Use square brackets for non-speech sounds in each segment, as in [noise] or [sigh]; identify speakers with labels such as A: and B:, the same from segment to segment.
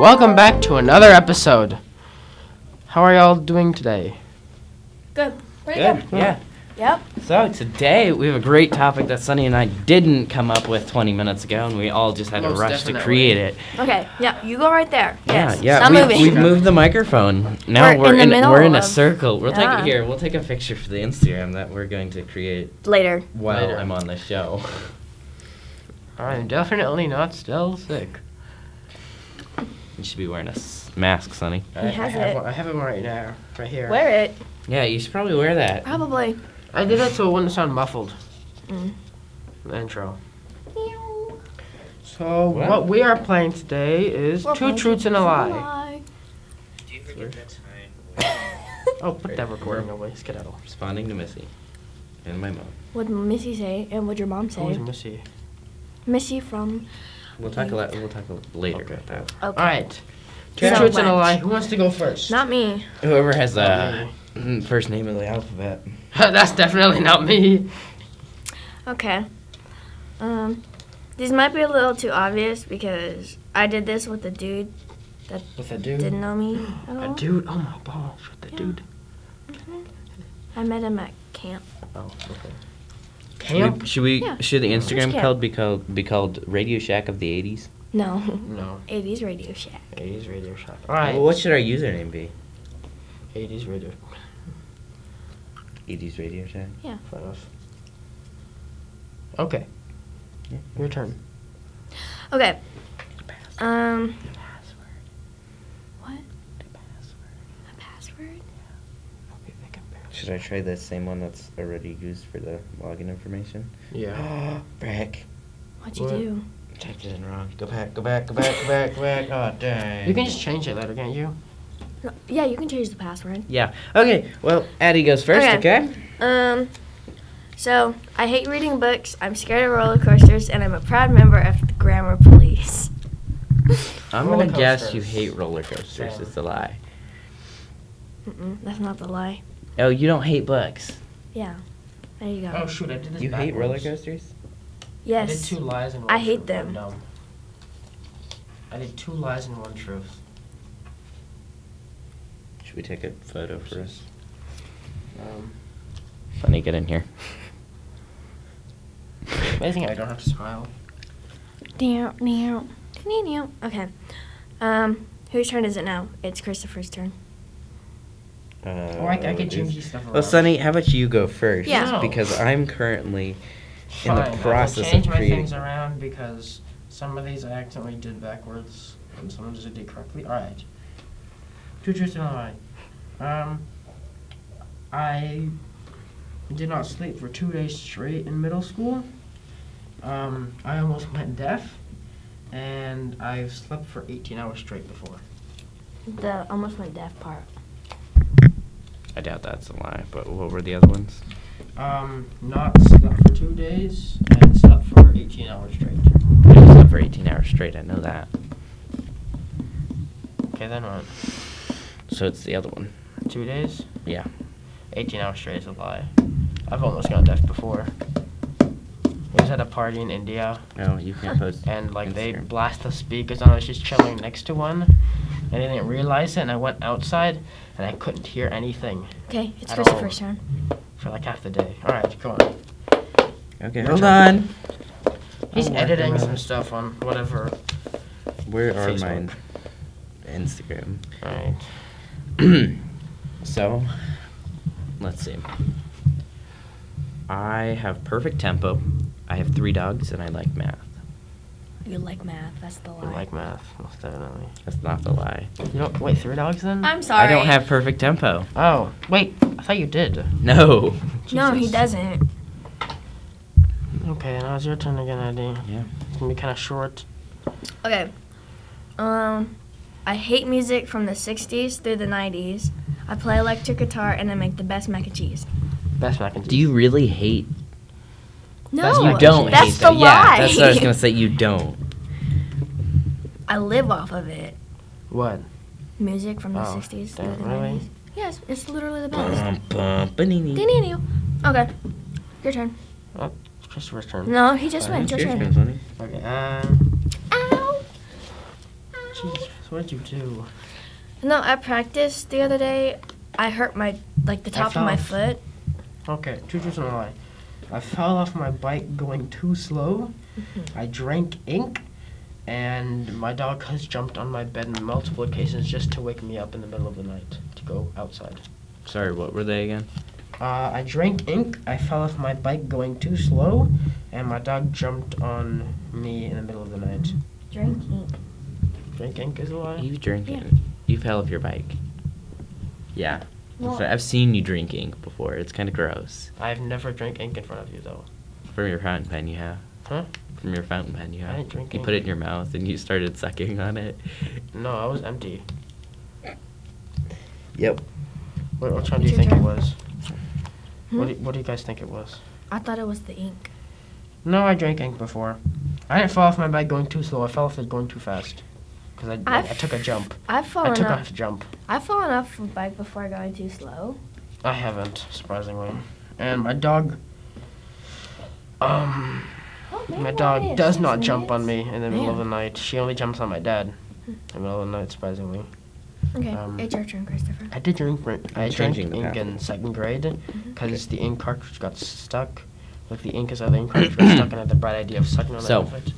A: Welcome back to another episode. How are y'all doing today?
B: Good. Pretty
C: Good. Yeah.
B: Yep.
C: So today we have a great topic that Sunny and I didn't come up with 20 minutes ago, and we all just had
A: Most
C: to rush
A: definitely.
C: to create it.
B: Okay. Yeah. You go right there. yes.
C: Yeah, yeah.
B: Stop
C: we,
B: moving.
C: We've moved the microphone. Now
B: We're
C: we're,
B: in the
C: in,
B: middle
C: we're in a
B: of-
C: circle. We'll take
B: Yeah.
C: it here. We'll take a picture for the Instagram that we're going to create
B: Later.
C: while
A: Later.
C: I'm on the show.
A: I'm definitely not still sick.
C: You should be wearing a s- mask, Sunny.
A: I, I
B: has
A: have
B: it.
A: One, I have it right now, right here.
B: Wear it.
C: Yeah, you should probably wear that.
B: Probably.
A: I did it so it wouldn't sound muffled.
B: Mm.
A: The intro. So
C: What?
A: what? we are playing today is two truths and a lie. Oh, put that recording away, skedaddle.
C: Responding to Missy and my mom.
B: What'd Missy say and what'd your mom
A: Who's
B: say?
A: Missy?
B: Missy from.
C: We'll talk a lot. We'll talk a little later
A: Okay.
C: about that.
B: Okay.
A: All right. Two
B: So
A: truths and a
B: much.
A: lie. Who wants to go first?
B: Not me.
C: Whoever has
A: Not
C: the first name of the alphabet.
A: [laughs] That's definitely not me.
B: Okay. Um, these might be a little too obvious because I did this with a dude
A: With a dude.
B: didn't know
A: [gasps]
B: me at
A: A
B: all.
A: dude? Oh my balls! With a
B: Yeah.
A: dude.
B: I met him at camp.
A: Oh, okay.
C: Should
A: Camp?
C: we, should, we,
B: Yeah.
C: should the Instagram
B: camp.
C: called be called be called Radio Shack of the 80s?
B: [laughs] No.
A: No.
B: 80s Radio Shack.
A: 80s Radio Shack. All right.
C: Well, what should our username be?
A: 80s Radio.
C: 80s Radio Shack.
A: Fair enough. Okay.
C: Yeah.
A: Your turn.
B: Okay. Um, What? a password?
C: Should I try the same one that's already used for the login [gasps] information?
A: Yeah.
C: Brick.
B: What'd you
A: What?
B: do?
C: Typed it in wrong. Go back, go back, go back, go back, go back. Oh, dang.
A: You can just change it later, can't you?
B: No- Yeah, you can change the password.
C: Yeah. Okay, well, Addie goes first,
B: Okay.
C: okay?
B: Um, so I hate reading books. I'm scared of roller coasters, and I'm a proud member of the grammar police.
C: I'm
A: Roller
C: going to guess you
A: coasters.
C: hate roller coasters. It's a lie.
B: Mm-mm, that's not the lie.
C: Oh, you don't hate books.
B: Yeah, there you go.
A: Oh shoot! I did this.
C: You hate roller
A: backwards.
C: coasters?
A: I did
B: yes,
A: two lies and one
B: I hate
A: truth.
B: them.
A: I'm dumb. I did two lies and one truth.
C: Should we take a photo for us?
A: Um,
C: Funny, get in here.
A: amazing. I don't have to smile.
B: Meow, meow, meow, meow. Okay. Um, whose turn is it now? It's Christopher's turn.
C: Uh,
A: Or I, I can
C: is-
A: change these stuff around.
C: Well, Sonny, how about you go first?
B: Yeah.
A: No.
C: Because I'm currently. in
A: Fine.
C: the process
A: I will
C: of
A: change my
C: creating-
A: things around because some of these I accidentally did backwards and some of these I did correctly. All right. Two truths and a lie. Um, I did not sleep for two days straight in middle school. Um, I almost went deaf, and I've slept for 18 hours straight before.
B: The almost went deaf part.
C: I doubt that's a lie, but what were the other ones?
A: Um, not slept for two days and slept for 18 hours straight.
C: I was up for 18 hours straight, I know that.
A: Okay, then what?
C: So it's the other one.
A: Two days?
C: Yeah.
A: 18 hours straight is a lie. I've almost gone deaf before. I was at a party in India,
C: Oh, you can't post.
A: and like they
C: Instagram.
A: blast the speakers, and I was just chilling next to one, and I didn't realize it, and I went outside, and I couldn't hear anything
B: Okay, it's
A: At all.
B: Christopher's turn.
A: for like half the day. All right, go on.
C: Okay,
A: Your
C: hold
A: turn.
C: on.
A: He's
C: I'm working
A: editing
C: on
A: some
C: it.
A: stuff on whatever.
C: Where are
A: Facebook.
C: mine? Instagram.
A: All right.
C: so, let's see. I have perfect tempo. I have three dogs, and I like math.
B: You like math? That's the
A: You
B: lie.
A: like math, most definitely.
C: That's not the lie.
A: You don't wait three dogs then?
B: I'm sorry.
C: I don't have perfect tempo.
A: oh wait, I thought you did.
C: No.
B: No, he
A: Jesus.
B: doesn't.
A: Okay, now it's your turn again, ID.
C: Yeah.
A: It's gonna be kind of short.
B: Okay. Um, I hate music from the 60s through the 90s. I play electric guitar and I make the best mac and cheese.
A: Best mac and cheese.
C: Do you really hate?
B: No,
A: That's-
C: you don't
B: that's
C: hate
B: the
C: them. Yeah,
B: lie.
C: that's what I was gonna say. You don't.
B: [laughs] I live off of it.
A: What?
B: Music from the
A: Oh,
B: 60s
A: damn,
B: through the
A: really?
B: 90s. Yes, it's literally the best.
C: Bum, bum, ba-nee-nee.
B: Dee-dee-dee. okay, your turn.
A: Christopher's turn.
B: No, he just
C: Fine,
B: went. Your
A: uh,
B: turn.
C: cheers, Gonzalo.
A: Okay, um,
B: Ow.
A: Jeez, so what'd you do?
B: No, I practiced the other day. I hurt my like the
A: I
B: top of my
A: fell.
B: foot.
A: Okay, two truths and a lie. I fell off my bike going too slow. I drank ink, and my dog has jumped on my bed on multiple occasions just to wake me up in the middle of the night to go outside.
D: Sorry, what were they again?
A: Uh, I drank ink. I fell off my bike going too slow, and my dog jumped on me in the middle of the night.
B: Drinking.
A: Drink ink is a lie.
C: You drinking? You fell off your bike. Yeah.
B: Well-
C: I've seen you drink ink before. It's kind of gross.
A: I've never drank ink in front of you though.
C: From your fountain pen you have.
A: Huh?
C: From your fountain pen you
A: I
C: have.
A: didn't drink
C: you
A: ink.
C: put it in your mouth and you started sucking on it.
A: No, I was empty.
C: Yep.
A: What, which one do
B: It's
A: you
B: your
A: think it
B: turn.
A: was? What,
B: Hmm?
A: do, what do you guys think it was?
B: I thought it was the ink.
A: No, I drank ink before. I didn't fall off my bike going too slow. I fell off it going too fast. Because I, I,
B: I've
A: took a jump.
B: I've
A: I
B: fallen
A: took
B: off.
A: off a jump.
B: I've fallen off a bike before going too slow.
A: I haven't, surprisingly. And my dog. Um,
B: Oh,
A: my dog does not jump on me in the middle of the night. She only jumps on my dad in the middle of the night, surprisingly.
B: Okay,
A: Um,
B: it's your turn, Christopher.
A: I did drink. br- I drank
C: changing the
A: ink
C: pattern.
A: in second grade
B: Mm-hmm.
A: because the ink cartridge got stuck. Like the ink is out of the ink cartridge got stuck, and I had the bright idea of sucking on
C: So.
A: it. with it.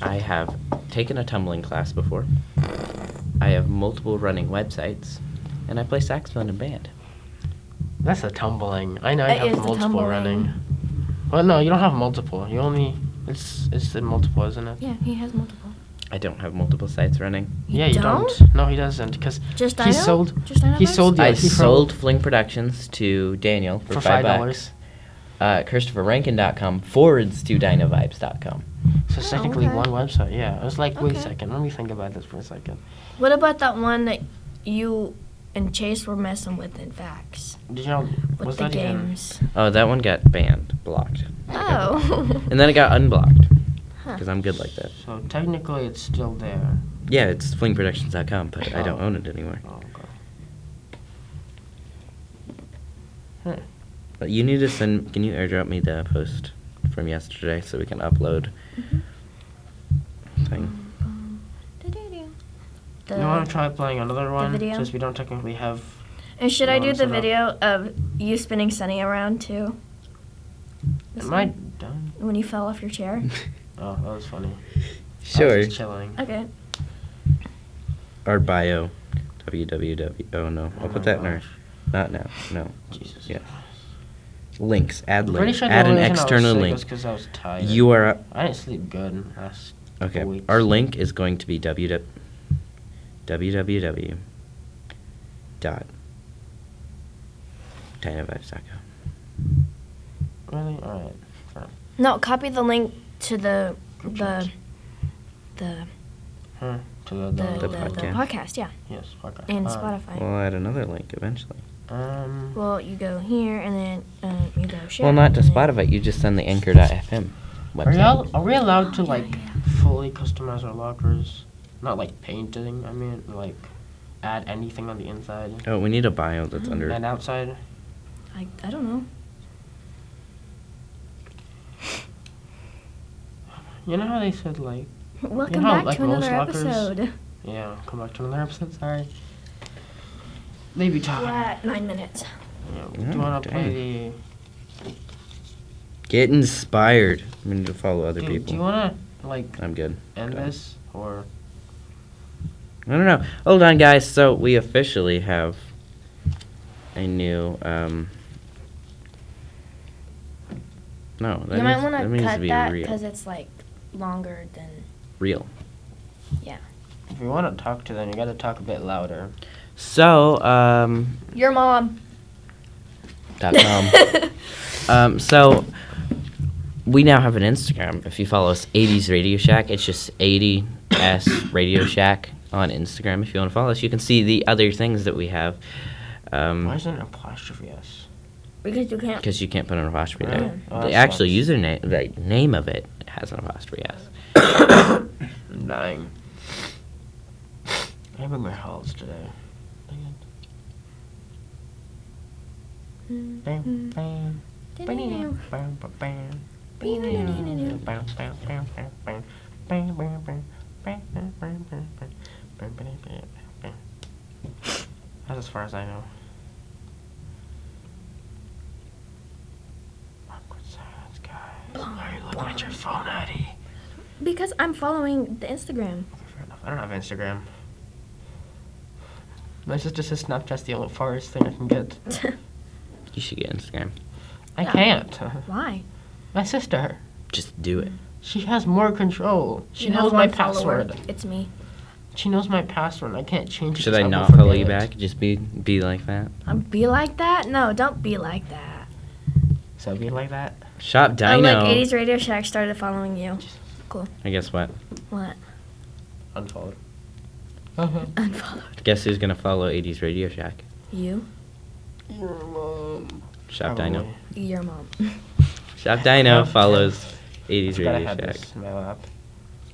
C: I have taken a tumbling class before. I have multiple running websites. And I play saxophone in band.
A: That's a tumbling. I know you
B: It
A: have
B: is a
A: multiple
B: tumbling.
A: running. Well, no, you don't have multiple. You only it's it's the multiple, isn't it?
B: Yeah, he has multiple.
C: I don't have multiple sites running.
B: You
A: yeah, you
B: don't?
A: don't. No, he doesn't, because
B: Just
A: he
B: I know.
A: sold
B: Just I know
A: he
B: bikes?
A: sold the
C: I
A: IP for-
C: sold Fling Productions to Daniel for,
A: for five
C: five
A: dollars.
C: bucks. Uh, ChristopherRankin.com forwards to DynaVibes.com.
A: So
B: Oh,
A: technically
B: okay.
A: one website. Yeah, I was like, wait a
B: Okay.
A: second, let me think about this for a second.
B: What about that one that you and Chase were messing with in Vax
A: Did you know
B: with
A: was
B: the
A: that even? [laughs]
B: games?
C: Oh, that one got banned, blocked.
B: Oh.
C: And then it got unblocked.
B: Huh.
C: Because I'm good like that.
A: So technically, it's still there.
C: Yeah, it's flingproductions.com, but I don't
A: Oh.
C: own it anymore.
A: Oh, okay.
C: But you need to send. Can you airdrop me the post from yesterday so we can upload? Thing.
B: The-
A: you want to try playing another one?
B: video?
A: Since we don't technically have.
B: and should I
A: you
B: do
A: wanna set
B: the
A: up?
B: video of you spinning Sunny around too? This
A: Am I
B: one?
A: done?
B: When you fell off
A: [laughs]
B: your chair?
A: Oh, that was funny. I
C: [laughs] Sure.
A: was just chilling.
B: Okay.
C: Our bio. www. Oh no, I'll
A: Oh
C: put
A: my
C: that in our.
A: gosh.
C: Not now. No.
A: Jesus.
C: Yeah. Links. Add
A: Pretty
C: link.
A: sure
C: Add
A: the
C: an
A: only reason
C: external
A: I was
C: link.
A: Because I was tired.
C: You are.
A: I didn't sleep good last.
C: Okay.
A: Weeks.
C: Our link is going to be www. www. Dot. DynaVibes.com.
A: Really? All right.
B: No, copy the link to the the the
A: Huh? To the,
B: the,
A: the,
B: the, the
C: podcast. Uh,
B: podcast, yeah,
A: yes. Okay.
B: and
A: All right.
B: Spotify.
C: We'll add another link eventually.
A: Um.
B: Well, you go here and then um, you go share.
C: Well, not to
B: and then-
C: Spotify. You just send the
A: Are
C: anchor.fm
A: we all,
C: website.
A: are we allowed to
B: Yeah,
A: like fully customize our lockers? Not like painting. I mean, like add anything on the inside
C: Oh, we need a bio that's
A: and
C: under.
A: outside.
B: I, I don't know. [laughs]
A: You know how they said like,
B: Welcome
A: know,
B: back
A: like
B: to another
A: most lockers- [laughs]
B: episode.
A: yeah, come back to another episode. Sorry. They be talking.
B: What? Nine minutes.
A: Yeah, do
C: Yeah,
A: you wanna
C: dang.
A: play
C: Get inspired. We need to follow
A: the?
C: other
A: Dude, do you
C: people.
A: wanna like
C: I'm good.
A: end
C: Go ahead.
A: this or?
C: I don't know. Hold on, guys. So we officially have a new. um No, that
B: you might
C: needs,
B: want
C: that
B: to
C: needs
B: cut
C: to be
B: that
C: real.
B: because it's like longer than.
C: Real.
A: If you want to talk to them, you got to talk a bit louder.
C: So um.
B: Your mom.
C: Dot [laughs] com. Um, so we now have an Instagram. If you follow us, 80s Radio Shack, it's just 80s Radio Shack on Instagram. If you want to follow us, you can see the other things that we have.
A: Why
C: Um
A: is there an apostrophe S?
B: [laughs] because you can't.
C: 'cause because you can't put an apostrophe
A: Yeah.
C: there.
A: Oh,
C: the
A: that
C: actual
A: sucks.
C: username, the name of it, has an apostrophe s.
A: I'm dying. I'm in my halls today. Dang it. Bam, bam, bam, bam, bam, bam, bam, bam, bam, bam, bam, bam, bam, bam, bam, bam, bam. because I know. Awkward silence, guys. Are you looking at your phone, Eddie?
B: Because I'm following the Instagram. [laughs]
A: Okay, fair enough. I don't have Instagram. My sister says Snapchat's the only farthest thing I can get.
C: You should get Instagram.
A: I
B: Yeah.
A: can't. [laughs]
B: Why?
A: My sister.
C: Just do it.
A: She has more control. She
B: You have
A: knows my
B: one follower.
A: password.
B: It's me.
A: She knows my password. I can't change it.
C: Should
A: 'cause
C: I
A: will
C: not follow you
A: forget.
C: back? Just be be like that.
B: Um, be like that? No, don't be like that.
A: So be like that.
C: Shop
B: Oh,
C: Dino.
B: Like 80s Radio Shack started following you.
C: I guess what?
B: What?
A: Unfollowed. Uh-huh.
B: Mm-hmm. Unfollowed
C: Guess who's gonna follow 80s Radio Shack?
B: you?
A: Your mom.
C: Shop Dino.
A: Probably.
B: Your mom.
C: Shop
A: [laughs]
C: Dino
A: Um,
C: follows 80s
A: I've gotta
C: Radio
A: have
C: Shack.
A: this in my lap.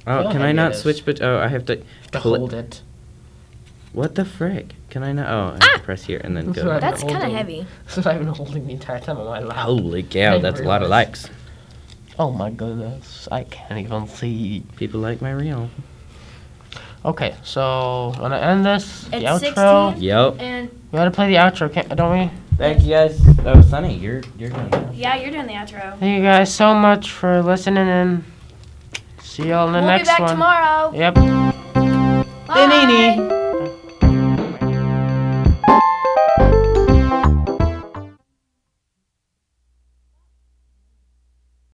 C: Oh,
A: Yeah,
C: can
A: I
C: I not
A: guess.
C: switch? But oh, I have to.
A: To
C: Pull it-
A: hold it. [laughs]
C: What the frick? Can I not? Oh, I have to press here and then
A: That's
C: go.
A: right.
B: That's
A: Hold
B: kind of
A: on.
B: heavy.
A: So I've been holding the entire time on my lap.
C: Holy cow,
A: Hey,
C: that's a lot of
A: realize-
C: likes.
A: Oh my goodness. I can't even see.
C: People like my reel.
A: Okay, so wanna end this? the
B: It's
A: outro.
B: 16.
C: Yep.
B: And
A: We gotta play the outro, can't, don't we?
C: Thank you guys. Oh, Sonny, you're you're going.
B: yeah, you're doing the outro.
A: Thank you guys so much for listening and see y'all in the
B: we'll
A: next
B: be back
A: one.
B: tomorrow.
A: Yep.
B: Bye.